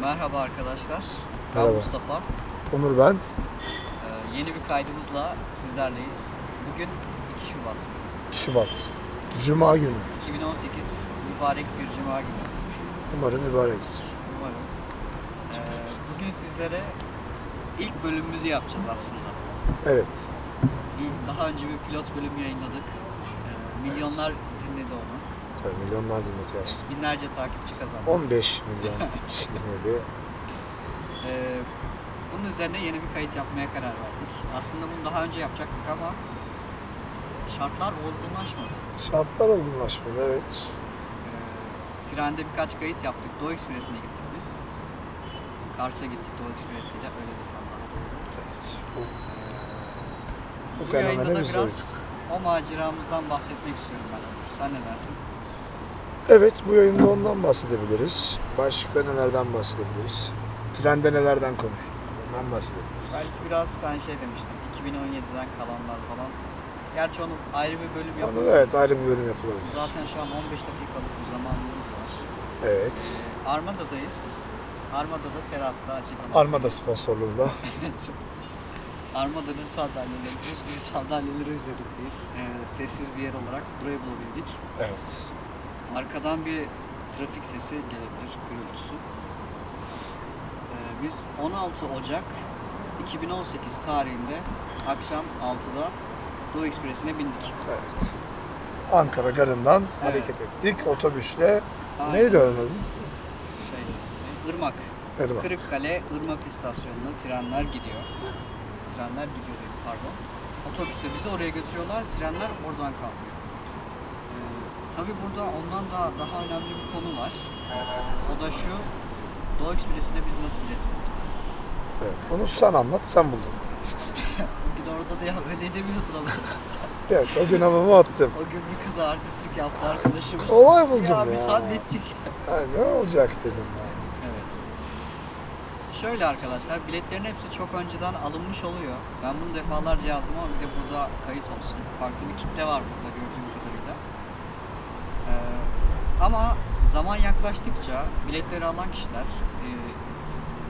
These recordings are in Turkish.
Merhaba arkadaşlar. Ben Merhaba. Mustafa. Onur ben. Ee, yeni bir kaydımızla sizlerleyiz. Bugün 2 Şubat. Şubat. Cuma günü. 2018 mübarek bir cuma günü. Umarım mübarek olur. Umarım. Ee, bugün sizlere ilk bölümümüzü yapacağız aslında. Evet. İl- Daha önce bir pilot bölüm yayınladık. Ee, milyonlar dinledi onu. Tabii milyonlar dinledi gerçekten. Binlerce takipçi kazandı. 15 milyon kişi dinledi. Ee, bunun üzerine yeni bir kayıt yapmaya karar verdik. Aslında bunu daha önce yapacaktık ama şartlar olgunlaşmadı. Şartlar olgunlaşmadı evet. Ee, trende birkaç kayıt yaptık. Doğu Ekspresi'ne gittik biz. Kars'a gittik Doğu Ekspresi'yle. Öyle desem daha doğru. Evet. Bu, Ee, bu bu yayında fenomene da biz de uyduk. biraz o maceramızdan bahsetmek istiyorum ben Onur. Sen ne dersin? Evet bu yayında ondan bahsedebiliriz. Başka nelerden bahsedebiliriz? Trende nelerden konuştuk? Ondan bahsedebiliriz. Belki biraz sen şey demiştin. 2017'den kalanlar falan. Gerçi onu ayrı bir bölüm Onu, yapıyoruz. evet ayrı bir bölüm yapılabilir. Zaten şu an 15 dakikalık bir zamanımız var. Evet. Ee, Armada'dayız. Armada'da terasta açıklanan. Armada sponsorluğunda. Evet. Armada'nın sandalyeleri, buz gibi sandalyeleri üzerindeyiz. Ee, sessiz bir yer olarak burayı bulabildik. Evet. Arkadan bir trafik sesi gelebilir, gürültüsü. Ee, biz 16 Ocak 2018 tarihinde akşam 6'da Doğu Ekspresi'ne bindik. Evet. Ankara garından hareket ettik otobüsle. Aynen. Neydi oranın adı? Şey, e, Irmak. Erman. Kırıkkale Irmak istasyonuna trenler gidiyor. Trenler gidiyor değil, pardon. Otobüsle bizi oraya götürüyorlar, trenler oradan kalkıyor. Ee, tabii burada ondan da daha önemli bir konu var. O da şu, Doğu Ekspresi'ne biz nasıl bilet bulduk? Evet, Onu sen anlat, sen buldun. Bugün orada da ya öyle edemiyordun ama. Evet, o gün havamı attım. o gün bir kıza artistlik yaptı arkadaşımız. Olay buldum ya. biz hallettik. Ha, ne olacak dedim ben. Evet. Şöyle arkadaşlar, biletlerin hepsi çok önceden alınmış oluyor. Ben bunu defalarca yazdım ama bir de burada kayıt olsun. Farklı bir kitle var burada gördüğüm kadarıyla. Ee, ama zaman yaklaştıkça biletleri alan kişiler e,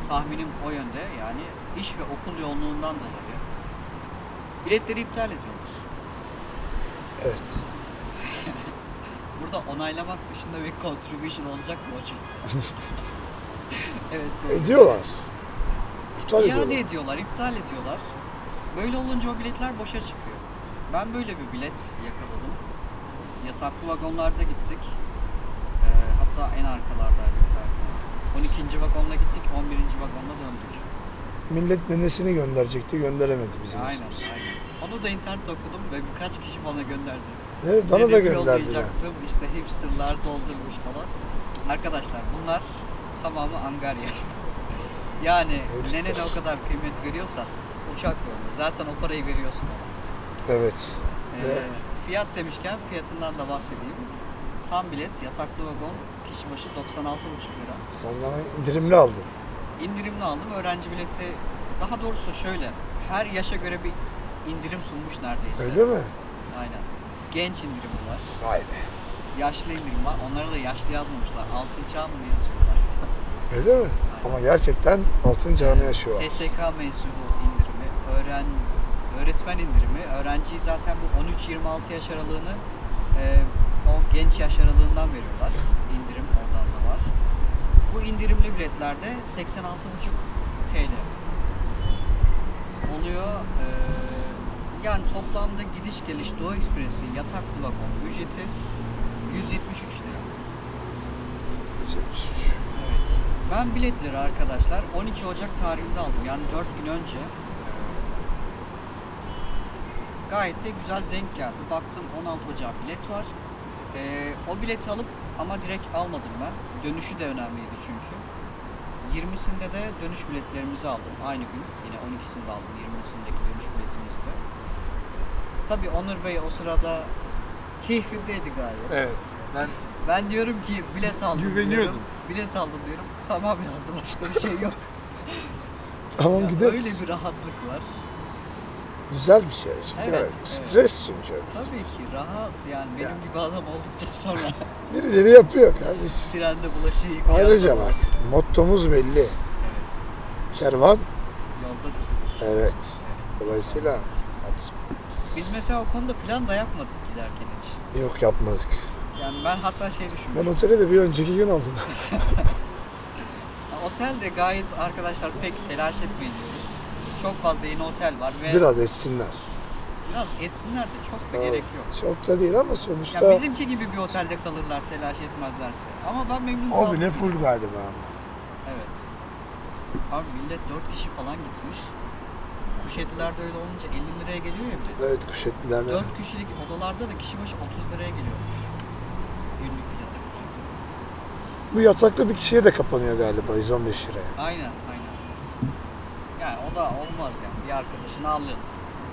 tahminim o yönde yani iş ve okul yoğunluğundan dolayı biletleri iptal ediyorlar. Evet. Burada onaylamak dışında bir contribution olacak mı hocam? evet. E, evet. Ediyorlar. Tutar İade ediyorlar. ediyorlar, iptal ediyorlar. Böyle olunca o biletler boşa çıkıyor. Ben böyle bir bilet yakaladım. Yataklı vagonlarda gittik. Ee, hatta en arkalardaydık galiba. 12. vagonla gittik, 11. vagonla döndük. Millet nenesini gönderecekti, gönderemedi bizim aynen, yüzümüzden. aynen. Onu da internette okudum ve birkaç kişi bana gönderdi. Evet, bana da Nereye gönderdiler. yollayacaktım, işte hipsterlar doldurmuş falan. Arkadaşlar bunlar tamamı angarya. yani Hipster. nenene o kadar kıymet veriyorsan uçak yolu. Zaten o parayı veriyorsun ona. Evet. Ee, Ve- fiyat demişken fiyatından da bahsedeyim. Tam bilet, yataklı vagon, kişi başı 96,5 lira. Senden indirimli aldın. İndirimli aldım. Öğrenci bileti daha doğrusu şöyle. Her yaşa göre bir indirim sunmuş neredeyse. Öyle mi? Aynen. Genç indirimi var. Vay be. yaşlı indirim var. Onlara da yaşlı yazmamışlar. Altın çağ mı ne yazıyorlar? Öyle mi? Ama gerçekten altın çağını yaşıyor. TSK mensubu indirimi, öğren öğretmen indirimi. Öğrenciyi zaten bu 13-26 yaş aralığını e, o genç yaş aralığından veriyorlar. İndirim oradan da var. Bu indirimli biletlerde 86,5 TL oluyor. E, yani toplamda gidiş geliş Doğu Ekspresi yataklı vagon ücreti 173 lira. 73. Evet. Ben biletleri arkadaşlar 12 Ocak tarihinde aldım. Yani 4 gün önce. Ee, Gayet de güzel denk geldi. Baktım 16 Ocak bilet var. Ee, o bileti alıp ama direkt almadım ben. Dönüşü de önemliydi çünkü. 20'sinde de dönüş biletlerimizi aldım. Aynı gün. Yine 12'sinde aldım. 20'sindeki dönüş biletimizi de. Tabii Onur Bey o sırada keyfindeydi gayet. Evet. Ben Ben diyorum ki bilet aldım Güveniyordun. diyorum. Bilet aldım diyorum. Tamam yazdım başka bir şey yok. tamam Ya gideriz. Öyle bir rahatlık var. Güzel bir şey. Evet, Evet, evet. Stres çünkü. Tabii ki rahat yani benim Ya. gibi adam olduktan sonra Birileri yapıyor kardeşim. trende bulaşığı yıkayan. Ayrıca bak Mottomuz belli. Evet. Kervan. Yolda düzülür. Evet. Dolayısıyla tartışma. Biz mesela o konuda plan da yapmadık giderken hiç. Yok yapmadık. Yani ben hatta şey Ben düşünmüştüm. otele de bir önceki gün aldım. Otelde gayet arkadaşlar pek telaş etmeyin diyoruz. Çok fazla yeni otel var ve biraz, Biraz etsinler. etsinler de çok da gerek yok. Çok da değil ama Ya sonuçta bizimki gibi bir otelde kalırlar telaş etmezlerse. Ama ben memnun o kaldım. bile full galiba. Evet. Abi millet 4 kişi falan gitmiş. Kuşetlilerde öyle olunca 50 liraya geliyor ya bilet. Evet kuşetliler. 4 kişilik odalarda da kişi başı 30 liraya geliyormuş. Günlük yatak ücreti. Bu yatakta bir kişiye de kapanıyor galiba 115 liraya. Aynen aynen. Yani o da olmaz yani. Bir arkadaşını al yanına.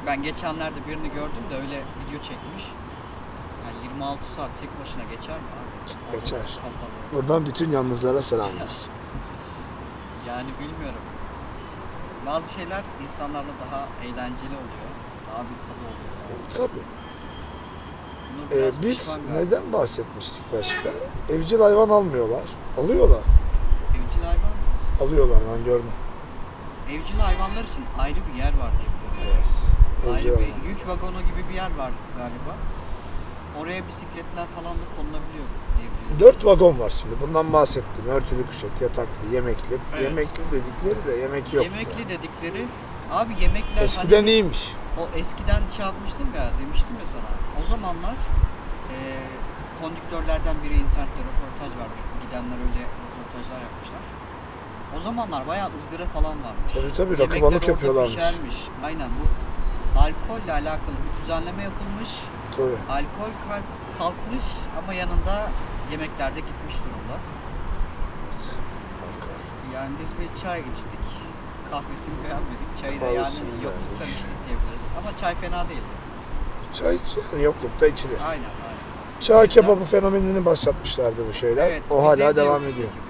Ben geçenlerde birini gördüm de öyle video çekmiş. Yani 26 saat tek başına geçer mi abi? Odalar Geçer. Kapalı. Buradan bütün yalnızlara selamlar. Yani bilmiyorum. Bazı şeyler insanlarla daha eğlenceli oluyor. Daha bir tadı oluyor. Tabii. Bunu Ee, biraz biz pişman galiba. neden bahsetmiştik başka? Evcil hayvan almıyorlar. Alıyorlar. Evcil hayvan. Alıyorlar ben gördüm. Evcil hayvanlar için ayrı bir yer var diye biliyorum. Evet. Evcil Ayrı hayvan. bir yük vagonu gibi bir yer var galiba. Oraya bisikletler falan da konulabiliyor diye biliyorum. Dört vagon var şimdi. Bundan bahsettim. Örtülü kuşet, yataklı, yemekli. Evet. Yemekli dedikleri de yemek yoktu. Yemekli dedikleri abi yemekler Eskiden hani iyiymiş. o eskiden şey yapmıştım ya demiştim ya sana. O zamanlar e, konduktörlerden biri internette röportaj vermiş. Gidenler öyle röportajlar yapmışlar. O zamanlar bayağı ızgara falan varmış. Tabii tabii, rakı Yemekler balık orada yapıyorlarmış. pişermiş. Aynen bu alkolle alakalı bir düzenleme yapılmış. Tabii. Alkol kalk- kalkmış ama yanında yemeklerde gitmiş durumda. Evet. Harika. Yani biz bir çay içtik. Kahvesini beğenmedik. Çayı da Kahvesini yani yokluktan beğendik. içtik diyebiliriz. Ama çay fena değildi. Çay yani yoklukta içilir. Aynen aynen. Çay kebabı fenomenini başlatmışlardı bu şeyler. o bizim hala de devam yok bize ediyor. gibi.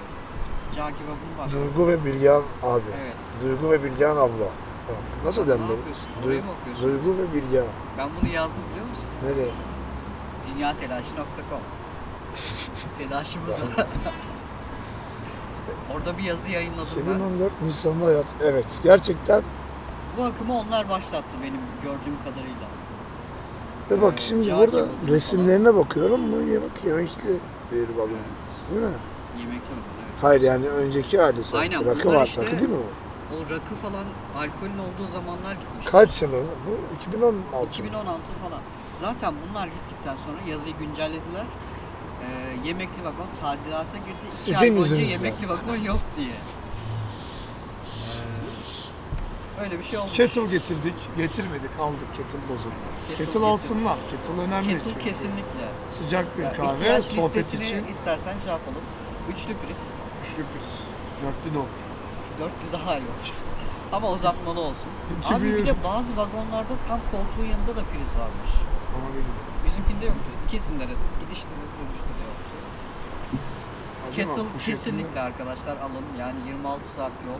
Cağ kebabını başladı. Duygu ve Bilgehan abi. Evet. Duygu ve Bilgehan abla. Ha, Nasıl Ne demli? yapıyorsun? Orayı Duygu, mı okuyorsun? Duygu ve Bilgehan. Ben bunu yazdım biliyor musun? Nereye? Dünyatelaşı.com Telaşımız var. Orada bir yazı yayınladım ben. 2014 Nisan'da hayat. Evet. Gerçekten. Bu akımı onlar başlattı benim gördüğüm kadarıyla. Ve bak Ee, şimdi cağ burada kebabı resimlerine bakıyorum. Bu yemek yemekli bir balon. Evet. Değil mi? Yemekli olan evet. Hayır yani önceki ailesi. Aynen, Rakı bunlar var. işte- Rakı değil mi bu? O rakı falan alkolün olduğu zamanlar gitmiş. Kaç yılı? Bu 2016. 2016 falan. Zaten bunlar gittikten sonra yazıyı güncellediler. Ee, yemekli vagon tadilata girdi. İki Sizin ay boyunca yüzünüzden. yemekli vagon yok diye. Ee, öyle bir şey olmuş. Kettle getirdik. Getirmedik. Aldık. Kettle bozuldu. Kettle Kettle, getirdik. alsınlar. Kettle önemli. Kettle çünkü. kesinlikle. Sıcak bir Ya, kahve. ihtiyaç Sohbet listesini için. istersen şey yapalım. Üçlü priz. Üçlü priz. Dörtlü de olur. Dörtlü daha iyi olur. Ama uzatmalı olsun. İki Abi bir büyük. de bazı vagonlarda tam koltuğun yanında da priz varmış. Onu bilmiyorum. Bizimkinde yoktu. İkisinde de gidişte de dönüşte de yoktu. Acaba Kettle bu şekilde kesinlikle arkadaşlar alın. Yani 26 saat yol.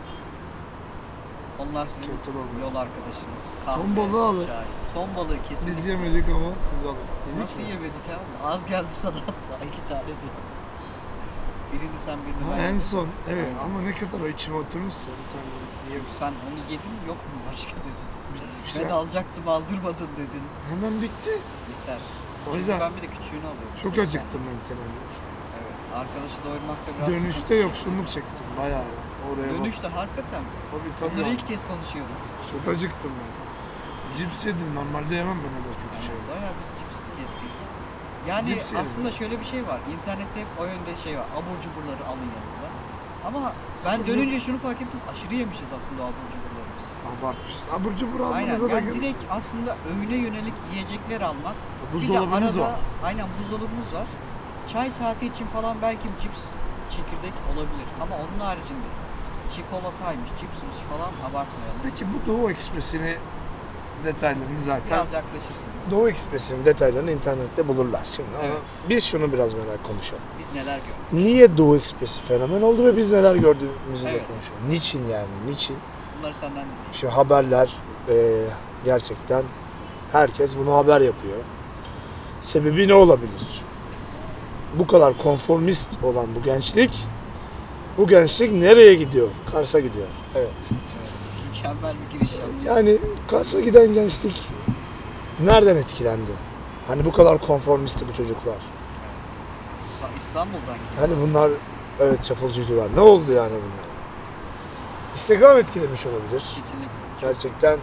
Onlar sizin Kettle alın. yol arkadaşınız. Ton balığı alın. çay. Ton balığı kesinlikle. Biz yemedik ama siz alın. Yedik Nasıl mi? yemedik abi? Az geldi sana hatta. iki tane de. Birini sen birini Ha, ben. en yedim. son evet ama ne kadar o içime oturmuşsa bir tane yemiş. Sen onu yedin yok mu başka dedin. Güzel. Ben alacaktım aldırmadın dedin. Hemen bitti. Biter. O Çünkü yüzden Ben bir şey de küçüğünü alıyorum. çok 80. acıktım ben temelli. Evet. Arkadaşı doyurmakta biraz Dönüşte sıkıntı yoksunluk çektim bayağı. ya. Oraya çektim. bak. Dönüşte hakikaten. Tabii Bunları tabii. ilk kez konuşuyoruz. Çok acıktım ben. Cips yedim normalde yemem ben öyle kötü şey. Yani bayağı biz cips tükettik. Yani Cips yerim aslında ben. şöyle bir şey var. İnternette hep o yönde şey var. Abur cuburları alın yanınıza. Ama ben Abur dönünce şunu fark ettim. Aşırı yemişiz aslında o abur cuburları biz. Abartmışsın. Abur cubur Aynen. almanıza da Yani gerek. direkt aslında öğüne yönelik yiyecekler almak. Ya, Bir de Buzdolabınız arada- var. Aynen buzdolabımız var. Çay saati için falan belki cips çekirdek olabilir. Ama onun haricinde çikolataymış, cipsmiş falan abartmayalım. Peki bu Doğu Ekspresi'ni detaylarını zaten Biraz yaklaşırsanız. Doğu Ekspresi'nin detaylarını internette bulurlar şimdi. ama Evet. Biz şunu biraz merak konuşalım. Biz neler gördük? Niye Doğu Ekspresi fenomen oldu ve biz neler gördüğümüzü de Evet. konuşalım. Niçin yani, niçin? Bunları senden dinleyelim. Şimdi haberler e, gerçekten herkes bunu haber yapıyor. Sebebi ne olabilir? Bu kadar konformist olan bu gençlik Bu gençlik nereye gidiyor? Kars'a gidiyor. Evet. Evet. Mükemmel bir giriş yaptın. Yani Kars'a giden gençlik nereden etkilendi? Hani bu kadar konformisti bu çocuklar. Evet. Ta İstanbul'dan gidiyor. Hani bunlar evet çapulcuydular. Ne oldu yani bunlara? Instagram etkilemiş olabilir. Kesinlikle. Çok Gerçekten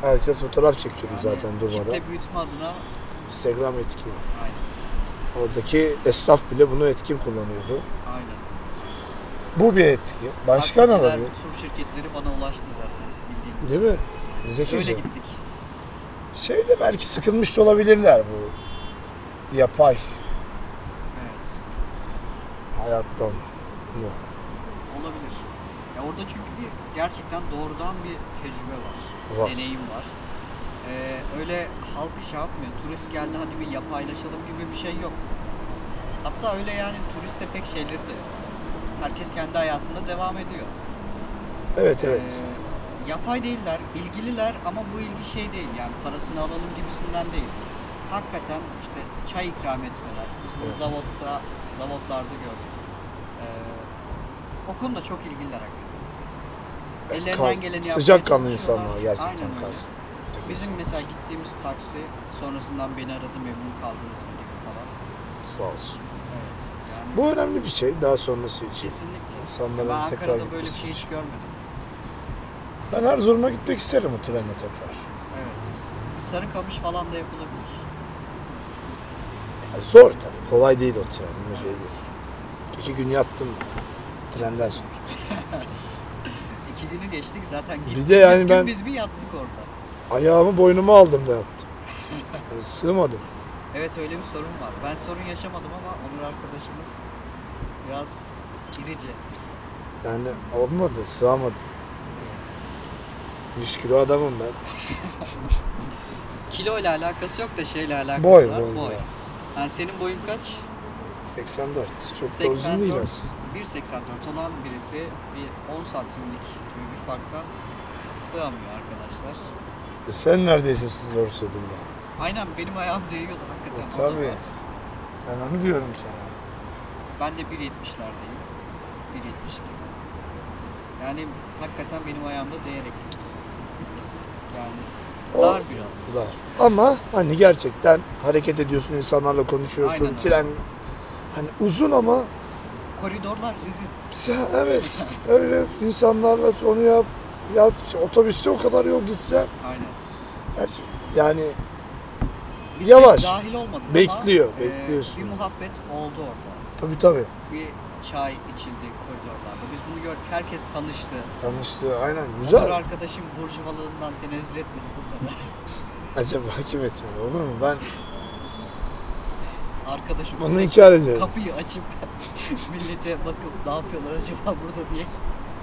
herkes fotoğraf çekiyordu Yani zaten durmadan. Kitle büyütme adına Instagram etkili. aynen. Oradaki esnaf bile bunu etkin kullanıyordu. aynen. Bu bir etki. Başka ne Taksiciler, olabilir? Tur şirketleri bana ulaştı zaten bildiğin. Değil mi? Şöyle Zekice. gittik. Şey de belki sıkılmış da olabilirler bu yapay Evet. hayattan. mı? Olabilir. Ya orada çünkü gerçekten doğrudan bir tecrübe var. Var. Deneyim var. Ee, öyle halk şey yapmıyor. Turist geldi hadi bir yapaylaşalım gibi bir şey yok. Hatta öyle yani turiste pek şeyleri de yok. Herkes kendi hayatında devam ediyor. Evet evet. Ee, yapay değiller, ilgililer ama bu ilgi şey değil yani parasını alalım gibisinden değil. Hakikaten işte çay ikram etmeler. Biz bunu Evet. zavotta, zavotlarda gördük. Ee, o konuda çok ilgililer hakikaten. Ellerinden Kal- geleni yapmaya Sıcakkanlı çalışıyorlar. insanlar gerçekten Aynen öyle. Kars'ın. Bizim mesela gittiğimiz taksi sonrasından beni aradı memnun kaldınız mı gibi falan. Sağ olsun. Evet. Yani Bu önemli bir şey daha sonrası için. kesinlikle. İnsanların ben tekrar Ankara'da böyle bir gitmesi şey hiç için. görmedim. Ben Erzurum'a gitmek isterim o trenle tekrar. Evet. Bir sarı kamış falan da yapılabilir. Yani zor tabii. Kolay değil o tren. bunu söyleyeyim. İki gün yattım trenden sonra. İki günü geçtik zaten Bir de gittik. yani biz, gün ben- biz bir yattık orada. Ayağımı boynuma aldım da yattım. Yani sığmadım. Evet öyle bir sorun var. Ben sorun yaşamadım ama Onur arkadaşımız biraz irice. Yani olmadı, sığamadım. Evet. 100 kilo adamım ben. Kilo ile alakası yok da şeyle alakası Boy, var. boy, boy. Yani senin boyun kaç? 84. Çok da uzun 84, değil aslında. 1.84 olan birisi bir 10 santimlik gibi bir farktan sığamıyor arkadaşlar. E Sen neredeyse siz zor sığdığında. Aynen benim ayağım değiyordu hakikaten. o E, da tabii. var. Ben onu diyorum sana. Ben de 1.70'lerdeyim. 1.72 falan. Yani hakikaten benim ayağımda değerek gitti. Yani O- dar biraz. Var. Ama hani gerçekten hareket ediyorsun, insanlarla konuşuyorsun. Aynen öyle. Tren hani uzun ama Koridorlar sizin. sen- evet öyle insanlarla onu yap. Ya otobüste o kadar yol gitsen Aynen. her şey- yani Biz Yavaş. pek dahil olmadık Bekliyor, ama, e, bekliyorsun. bir muhabbet oldu orada. tabii tabii Bir çay içildi koridorlarda. Biz bunu gördük. Herkes tanıştı. tanıştı aynen Onur güzel. arkadaşım burjuvalığından tenezzül etmedi bunlara. Acaba hakim etme olur mu? Ben Arkadaşım bunu sürekli inkar ediyorum. kapıyı açıp millete bakıp ne yapıyorlar acaba burada diye.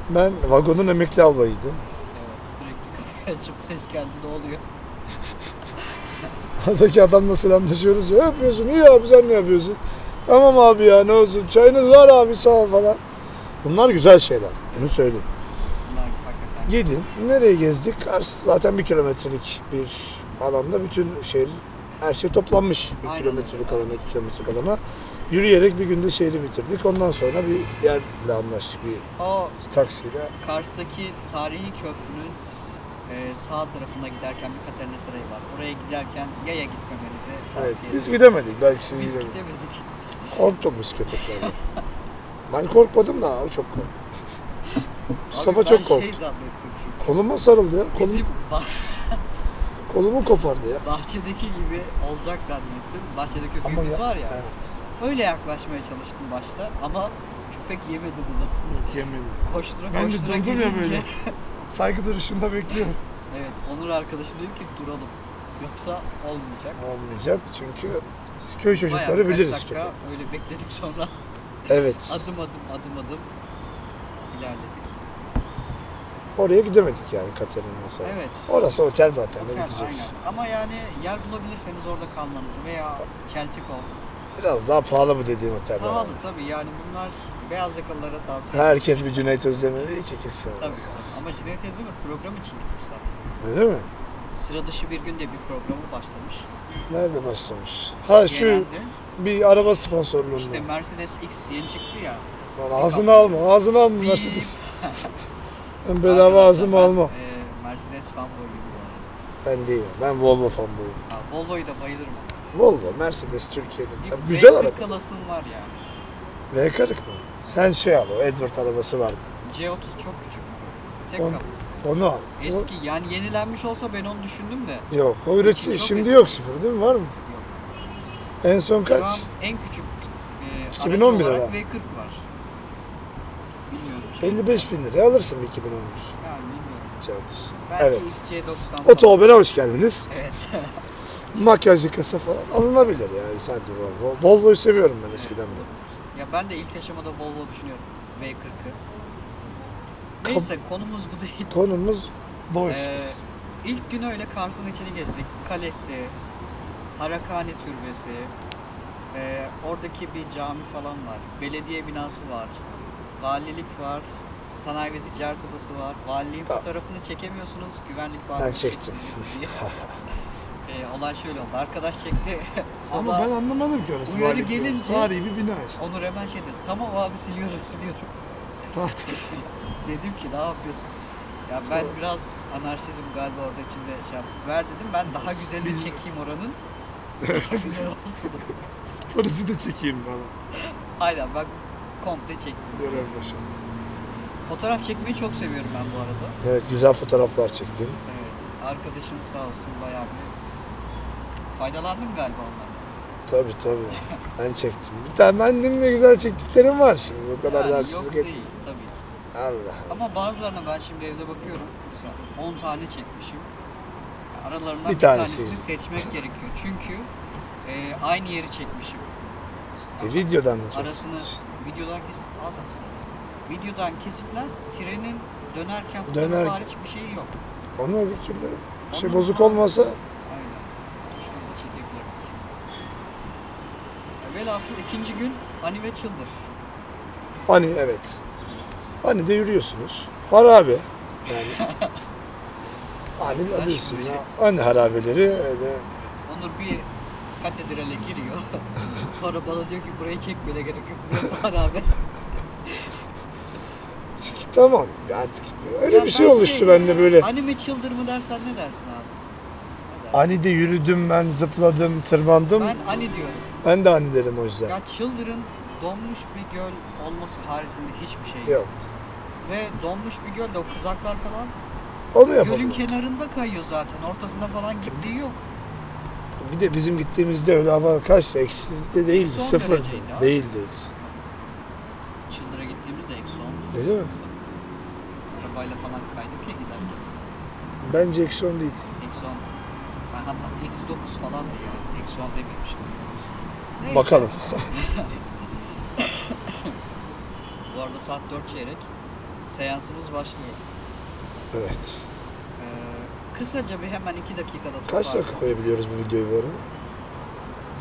Ben vagonun emekli albayıydım. Evet sürekli kapıyı açıp ses geldi ne oluyor? Oradaki adamla selamlaşıyoruz. Ne yapıyorsun? İyi abi sen ne yapıyorsun? Tamam abi ya ne olsun. Çayınız var abi sağ ol falan. Bunlar güzel şeyler. Bunu söyleyeyim. Bunlar hakikaten Gidin. Nereye gezdik? Kars zaten bir kilometrelik bir alanda bütün şehir her şey toplanmış. Bir Aynen kilometrelik alana, iki kilometrelik alana. Yürüyerek bir günde şehri bitirdik. Ondan sonra bir yerle anlaştık bir o taksiyle. Kars'taki tarihi köprünün e, sağ tarafına giderken bir Katarina Sarayı var. Oraya giderken yaya gitmemenizi Evet, tavsiye biz ederim. gidemedik. Belki siz Biz gidemedik. gidemedik. Korktuk biz köpeklerden. ben korkmadım da o çok korktu. Mustafa Abi çok ben korktu. şey zannettim çünkü. Koluma sarıldı ya. Kolum, Bizim bah- kolumu kopardı ya. bahçedeki gibi olacak zannettim. Bahçede köpeğimiz ya- var ya. Evet. Öyle yaklaşmaya çalıştım başta ama köpek yemedi bunu. Yok yemedi. Koştura Ben de koştura durdum ya gelince- böyle. Saygı duruşunda bekliyorum. Evet Onur arkadaşım dedi ki duralım. Yoksa olmayacak. Olmayacak çünkü biz köy Bayağı çocukları birkaç biliriz dakika köpeği. öyle bekledik sonra Evet. adım adım adım adım ilerledik. Oraya gidemedik yani Katerina Hasar. Evet. Orası otel zaten. Otel, Otel, gideceksin. aynen. Ama yani yer bulabilirseniz orada kalmanızı veya Çeltikov. Biraz daha pahalı bu dediğim otel. Pahalı tabii yani bunlar beyaz yakalılara tavsiye. Herkes bir Cüneyt Özdemir iki kişi Tabii, tabii. Ama Cüneyt Özdemir program için gitmiş zaten. Öyle mi? Sıra dışı bir günde bir programı başlamış. Nerede başlamış? Ha şu Yenendi. bir araba sponsorluğunda. İşte Mercedes X yeni çıktı ya. Lan ağzını alma, ağzını alma Beep. Mercedes. Ben bedava ağzımı Arkadaşlar ben, almam. e, Mercedes fanboyuyum bu arada. Ben değilim, ben Volvo fanboyum. Ha, Volvo'yu da bayılırım. ama. Volvo, Mercedes Türkiye'nin. Bir Tabii güzel V40 araba. klasım var ya. V40 mı? Sen şey al, o Edward arabası vardı. C30 çok küçük. Tek On- kapı. Onu al. O- Eski yani yenilenmiş olsa ben onu düşündüm de Yok, o üretici. Çok Şimdi eski. yok sıfır değil mi? Var mı? yok. En son Şu an kaç? en küçük e, 2011 2011 olarak herhalde. V40 var. Bilmiyorum. şimdi. 55 bin liraya alırsın 2011 Yani bilmiyorum. Cevdet. Belki Evet. ilk C90 falan. Otomobil'e hoş geldiniz. Evet. Makyajlı kasa falan alınabilir yani sadece Volvo. Volvo'yu seviyorum ben eskiden de. ya ben de ilk aşamada Volvo düşünüyorum. V40'ı. Neyse konumuz bu değil. Konumuz Doğu Ee, Ekspresi. ilk gün öyle Kars'ın içini gezdik. Kalesi, Harakani Türbesi, ee, oradaki bir cami falan var. Belediye binası var. Valilik var. Sanayi ve Ticaret Odası var. Valiliğin Tamam. fotoğrafını çekemiyorsunuz. Güvenlik var. Ben çektim. Ee, olay şöyle oldu. Arkadaş çekti. Ama Sabah ben anlamadım ki orası. Uyarı Valilik bir- gelince- Tarihi bir bina işte. Onur hemen şey dedi. Tamam abi siliyorum siliyorum. Rahat. Dedim ki ne yapıyorsun? Ya ben Doğru. biraz anarşizm galiba orada içimde şey yaptım. Ver dedim ben daha güzelini Biz- çekeyim oranın. Daha güzel olsun. Polisi de çekeyim bana. Aynen bak komple çektim. Görev başında. Fotoğraf çekmeyi çok seviyorum ben bu arada. Evet güzel fotoğraflar çektin. Evet arkadaşım sağ olsun bayağı bir faydalandım galiba onlardan. Tabii tabii. Ben çektim. Bir tane bendim de güzel çektiklerim var şimdi. O kadar Yani yok da haksızlık et. değil tabii ki. Allah Allah. Ama bazılarına ben şimdi evde bakıyorum. Mesela 10 tane çekmişim. Aralarından Bir bir, tanesi. tanesini seçmek gerekiyor. Çünkü e, aynı yeri çekmişim. E, videodan mı Arasını kestin? videodan kesit az aslında. Videodan kesitler trenin dönerken Dönerken. fotoğrafı hariç bir şey yok. Onu öbür türlü şey Onu- bozuk olmasa Aynen. Tuşla da çekebilirdik. E, Velhasıl ikinci gün ani ve çıldır. hani evet. Hani de yürüyorsunuz. Harabe. Yani. hani bir adı Arkadaş üstünde. yürüyecek. Hani harabeleri öyle. Evet, Onur bir katedrale giriyor. Sonra bana diyor ki burayı çekmene gerek yok. Burası harabe. Çık- Tamam artık öyle Ya bir şey ben oluştu şey- bende böyle. Hani mi çıldır mı dersen ne dersin abi? Ne dersin? Hani de yürüdüm ben zıpladım tırmandım. Ben Ben, ani diyorum. de hani derim o yüzden. Ya çıldırın donmuş bir göl olması haricinde hiçbir şey yok. Yok. Ve donmuş bir gölde o kızaklar falan Onu yapalım. gölün kenarında kayıyor zaten. Ortasına falan gittiği yok. Bir de bizim gittiğimizde öyle hava kaçtı? Eksi de değildi. Son Sıfırdı. dereceydi abi. Değil değil. Çıldıra gittiğimizde eksi ondu. Öyle mi? Tabii. Arabayla falan kaydık ya giderken. Bence eksi on değil. Eksi on. Ben hatta eksi dokuz falan diye yani. Eksi on demeyeyim şimdi. Neyse. Bakalım. Bu arada saat dört çeyrek. Seansımız başlıyor. Evet. Ee, kısaca bir hemen iki dakikada toparlayalım. Kaç dakika koyabiliyoruz bu videoyu bu arada?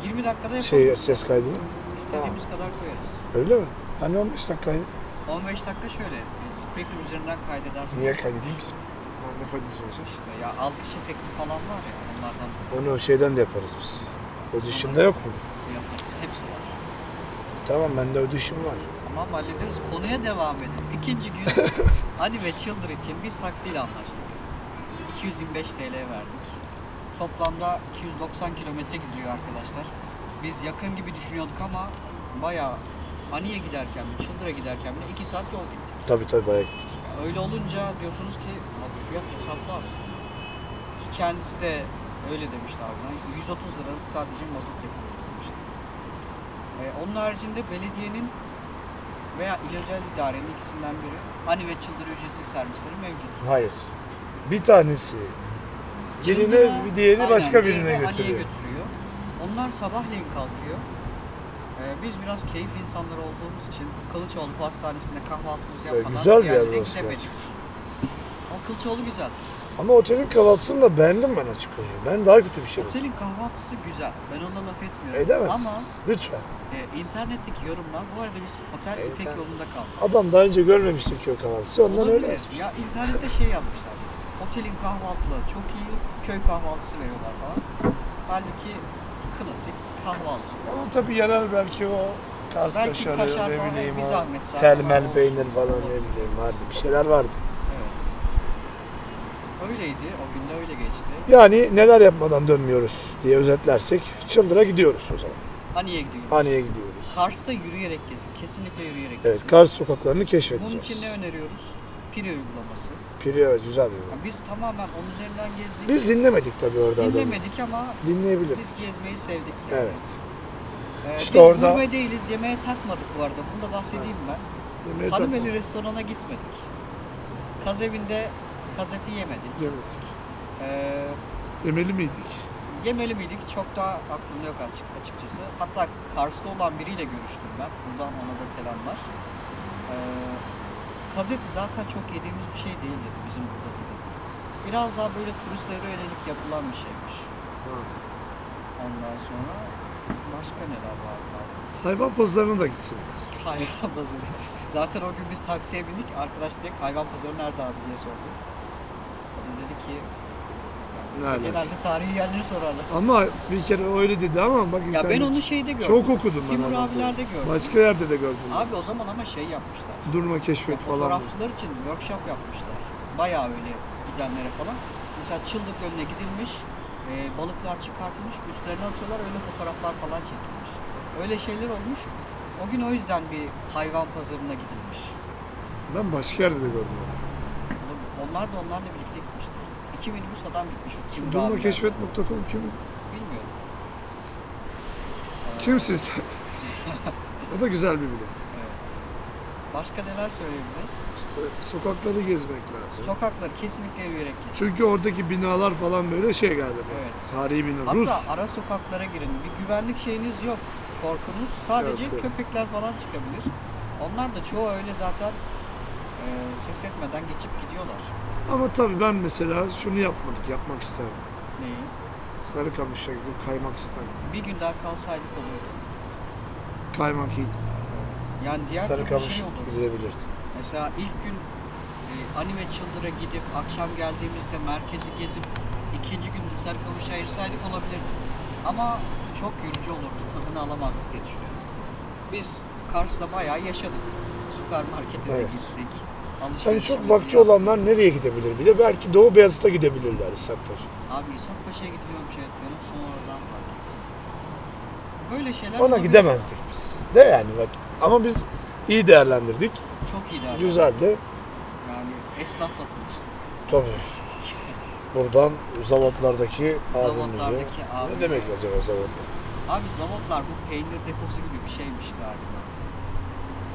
20 dakikada yapalım. Şey ses kaydını. İstediğimiz kadar koyarız. Öyle mi? Hani 15 dakikaydı. 15 dakika şöyle, e, Spreaker üzerinden kaydedersiniz. Niye kaydedeyim ki? Ben ne faydası olacak? İşte ya alkış efekti falan var ya onlardan Onu şeyden de yaparız biz. Audition'da yok mu? da yaparız. Hepsi var. Tamam bende audition var. Tamam hallederiz. Konuya devam edelim. İkinci gün Ani ve Çıldır için biz taksiyle anlaştık. 225 TL verdik. Toplamda 290 kilometre gidiliyor arkadaşlar. Biz yakın gibi düşünüyorduk ama bayağı Ani'ye giderken mi, Çıldır'a giderken bile 2 saat yol gittik. Tabii tabii bayağı gittik. Ya Öyle olunca diyorsunuz ki "Ulan bu fiyat hesaplı aslında. Ki kendisi de öyle demişti abi. 130 liralık sadece mazot yakıyoruz demişti. Ee, onun haricinde belediyenin veya il özel idarenin ikisinden biri ani ve çıldır ücretsiz servisleri mevcut. Hayır. Bir tanesi birine Çıldır'a- bir diğeri Aynen, başka diğeri de birine Ani'ye götürüyor. götürüyor. Onlar sabahleyin kalkıyor. Ee, biz biraz keyif insanları olduğumuz için Kılıçoğlu Pastanesi'nde kahvaltımızı Ee, yapmadan güzel bir yer yerlere burası gidemedik. O Kılıçoğlu güzel. Ama otelin kahvaltısını da beğendim ben açıkçası. Ben daha kötü bir şey buldum. Otelin kahvaltısı güzel. Ben ona laf etmiyorum. Ama Edemezsiniz. Lütfen. e, internetteki yorumlar bu arada biz Hotel E, İpek internet- yolunda kaldık. Adam daha önce görmemişti köy kahvaltısı. Ondan Olabilir. öyle yazmış. Ya internette şey yazmışlar. Otelin kahvaltıları çok iyi. Köy kahvaltısı veriyorlar falan. Halbuki klasik kahvaltı. Ama tabii yerel belki o Kars Belki kaşarı kaşar ne falan, bileyim bir abi. zahmet zaten var Telmel olsun. peynir falan ne bileyim vardı. Bir şeyler vardı. Evet. Öyleydi. O gün de öyle geçti. Yani neler yapmadan dönmüyoruz diye özetlersek Çıldır'a gidiyoruz o zaman. Hani'ye gidiyoruz. Hane'ye gidiyoruz. Kars'ta yürüyerek gezin. Kesinlikle yürüyerek Evet, gezin. Kars sokaklarını Bunun keşfedeceğiz. için ne öneriyoruz? Pire uygulaması. Piri evet güzel bir yol. Yani biz tamamen onun üzerinden gezdik. Biz dinlemedik tabii orada adamı. Dinlemedik ama Dinleyebiliriz. biz gezmeyi sevdik. yani. Evet. Ee, İşte biz orada- gurme değiliz, yemeğe takmadık bu arada. Bunu da bahsedeyim ben. Yemeğe Hanımeli E, takma- restorana gitmedik. Kaz evinde kazeti yemedik. Yemedik. Ee, Yemeli miydik? yemeli miydik? Çok da aklımda yok açık, açıkçası. Hatta Kars'ta olan biriyle görüştüm ben. Buradan ona da selamlar. Ee, kazeti zaten çok yediğimiz bir şey değil dedi bizim burada da dedi. Biraz daha böyle turistlere yönelik yapılan bir şeymiş. Ondan sonra başka neler vardı abi? Hayvan pazarına da gitsinler. Hayvan pazarı. Zaten o gün biz taksiye bindik. Arkadaş direkt hayvan pazarı nerede abi diye sordu. O da dedi ki Nerede? genelde tarihi yerleri sorarlar. Ama bir kere öyle dedi ama bak Ya ben onu şeyde gördüm. Çok okudum ben Timur ama. abilerde gördüm. Başka yerde de gördüm. Abi o zaman ama şey yapmışlar. Durma keşfet falan. Fotoğrafçılar için workshop yapmışlar. Bayağı öyle gidenlere falan. Mesela çıldık önüne gidilmiş, e, balıklar çıkartılmış, üstlerine atıyorlar, öyle fotoğraflar falan çekilmiş. Öyle şeyler olmuş. O gün o yüzden bir hayvan pazarına gidilmiş. Ben başka yerde de gördüm. onu. Onlar da onlarla birlikte gitmiştir. İki minibüs adam gitmiş o Timur Durma abiler. keşfet.com kim? Bilmiyorum. Ee, Kimsin sen? o da güzel bir bilim. Evet. Başka neler söyleyebiliriz? İşte sokakları gezmek lazım. Sokakları kesinlikle yürüyerek geçin. Çünkü oradaki binalar falan böyle şey galiba. Evet. Tarihi bina. Hatta Rus. ara sokaklara girin. Bir güvenlik şeyiniz yok. Korkunuz. Sadece Yok, yok. köpekler falan çıkabilir. Onlar da çoğu öyle zaten e, ses etmeden geçip gidiyorlar. Ama tabii ben mesela şunu yapmadık. Yapmak isterdim. Neyi? Sarıkamış'a gidip kaymak isterdim. Bir gün daha kalsaydık olurdu. Kaymak iyiydi. Evet. Yani diğer türlü bir Sarıkamış şey olurdu. gidebilirdim. Mesela ilk gün e, anime çıldıra gidip akşam geldiğimizde merkezi gezip ikinci gün de Sarıkamış'a ayırsaydık olabilirdi. Ama çok yorucu olurdu. Tadını alamazdık diye düşünüyorum. Biz Kars'la bayağı yaşadık. Süpermarkete de Evet. gittik. Yani alışverişimizi Hani çok vakti yaptık. olanlar nereye gidebilir? Bir de belki Doğu Beyazıt'a gidebilirler İshaklar. Abi İshakpaşa'ya gidiyormuş öğretmenim. Sonra oradan fark ettim. Böyle şeyler Ona olabilir. gidemezdik biz. De yani bak. Ama biz iyi değerlendirdik. Çok iyi derdi. Güzel de Yani esnafla tanıştık. tabii buradan zavodlardaki abimize. Zavodlardaki Ne abimize. demek acaba zavodlar? Abi zavotlar bu peynir deposu gibi bir şeymiş galiba.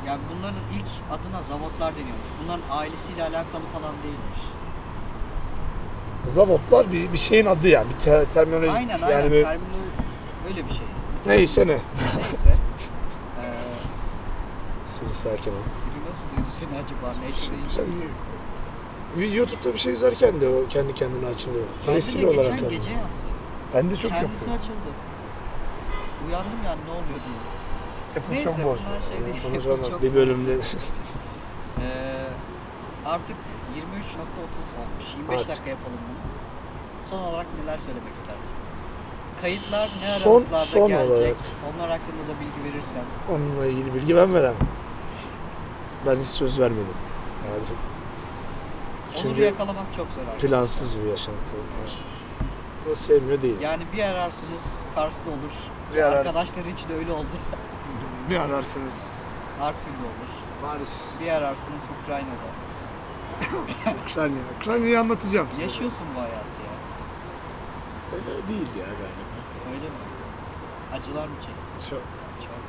Yani bunların ilk adına zavotlar deniyormuş. Bunların ailesiyle alakalı falan değilmiş. Zavodlar bir, bir şeyin adı yani. Bir ter, terminoloji. aynen yani aynen. bir- Termino- öyle bir şey. Neyse ne. Neyse. Ee, Sil sakin ol. Siri nasıl duydu seni acaba? Neyse değil. Sen bir- YouTube'da bir şey izlerken de o kendi kendine açılıyor. Bence Resil de olarak. geçen yani. gece yaptı. Ben de çok Kendisi yapıyorum. açıldı. Uyandım yani ne oluyor diye. Apple Neyse, çok bozdu. bunlar şey değil. Bunu Apple sonra çok bir bölümde Ee, artık 23.30 olmuş. 25 Artık. dakika yapalım bunu. Son olarak neler söylemek istersin? Kayıtlar ne Son- aralıklarda son gelecek? olarak. Onlar hakkında da bilgi verirsen. onunla ilgili bilgi ben veremem. Ben hiç söz vermedim. Yani Onur'u Çünkü yakalamak çok zor arkadaşlar. plansız bir yaşantı var. Bunu sevmiyor değil. Yani bir ararsınız Kars'ta olur. Bir ararsın. Arkadaşları için öyle oldu. Bir ararsınız Artvin'de olur. Paris, Bir ararsınız Ukrayna'da. Ukrayna. Ukrayna'yı anlatacağım size. Yaşıyorsun bu hayatı ya. Öyle değil ya galiba. Öyle mi? Acılar mı çektin? Çok Çok.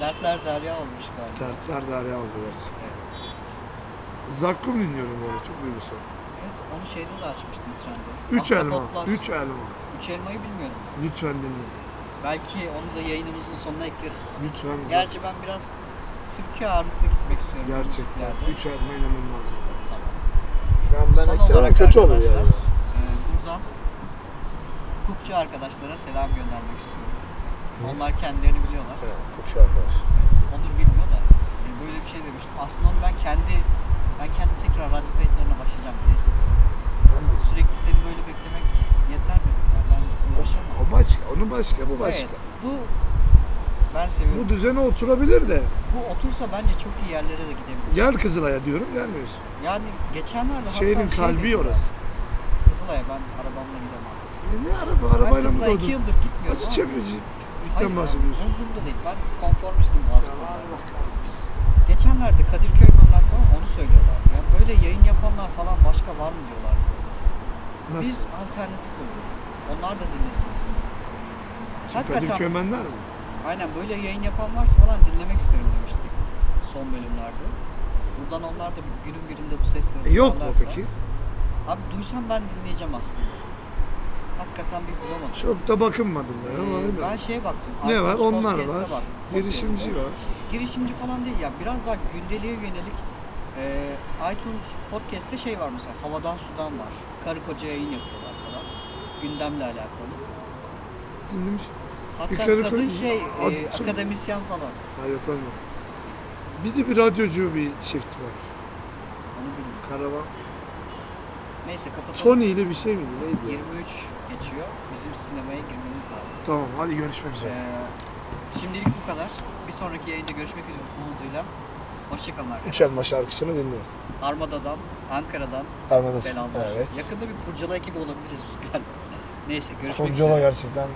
Dertler derya olmuş galiba. dertler derya oldu gerçi. Evet. Zakkum dinliyorum böyle çok duygusal. Evet onu şeyde de açmıştım trende. Üç elma, Ahtapotlar. üç elma. Üç elmayı bilmiyorum. Lütfen dinle. Belki onu da yayınımızın sonuna ekleriz. Lütfen izle. Gerçi ben biraz Türkiye ağırlıklı gitmek istiyorum. bu Gerçekten. müziklerde. Üç elma inanılmaz. Tamam. Şu an Son ben eklemem olarak kötü oluyor arkadaşlar, yani. e, buradan hukukçu arkadaşlara selam göndermek istiyorum. Ne? Onlar kendilerini biliyorlar. Ha, Kopşu arkadaş. Evet, Onur bilmiyor da e, böyle bir şey demiştim. Aslında onu ben kendi ben kendim tekrar radyo kayıtlarına başlayacağım biliyorsun. Anladım. Sürekli seni böyle beklemek yeter dedim ya ben uğraşamam. O başka, onu başka, bu başka. Evet, bu Ben seviyorum. Bu düzene oturabilir de Bu otursa bence çok iyi yerlere de gidebilir. gel Kızılay'a diyorum gelmiyorsun. Yani geçenlerde Şehrin hatta şey kalbi dediler, orası. Kızılay'a ben arabamla gidemem. Ne, ne araba ben arabayla mı Kızılay'a 2 doğdun? yıldır gitmiyorum Nasıl ama- çevrecilikten Hayır, bahsediyorsun? Umurumda değil. Ben konformistim bazı Ya konularda. Allah kahretsin. Geçenlerde Kadıköy bunlar falan onu söylüyorlar. Ya böyle yayın yapanlar falan başka var mı diyorlardı. Biz Nasıl? alternatif olalım. Onlar da dinlesin bizi. Kadir Hakikaten Kömenler mi? aynen böyle yayın yapan varsa falan dinlemek isterim demiştik son bölümlerde. Buradan onlar da bir günün birinde bu sesleri E, yok mu duyarlarsa- peki? Abi duysam ben dinleyeceğim aslında. Hakikaten bir bulamadım. Çok da bakınmadım ben Ee, ama öyle. ben şeye baktım. Ne var? Arkus Onlar Podcast'e var. baktım, Girişimci podcast'e. var. Girişimci falan değil ya. Biraz daha gündeliğe yönelik e, iTunes Podcast'te şey var mesela. Havadan sudan var. Karı koca yayın yapıyorlar falan. Gündemle alakalı. Dinlemiş. Hatta Bir karı kadın koca- şey e, Adı- akademisyen falan. Ha yok olma. Bir de bir radyocu bir çift var. Onu bilmiyorum. Karavan. Neyse kapatalım. Sony ile bir şey miydi? Neydi? ya? 23 geçiyor. Bizim sinemaya girmemiz lazım. Tamam hadi görüşmek üzere. Ee, şimdilik bu kadar. Bir sonraki yayında görüşmek üzere umuduyla. Hoşçakalın Üç arkadaşlar. Elma şarkısını dinliyorum. Armada'dan, Ankara'dan Armadan. selamlar. Evet. Yakında bir kurcala ekibi olabiliriz biz galiba. Neyse görüşmek üzere. Kumcala gerçekten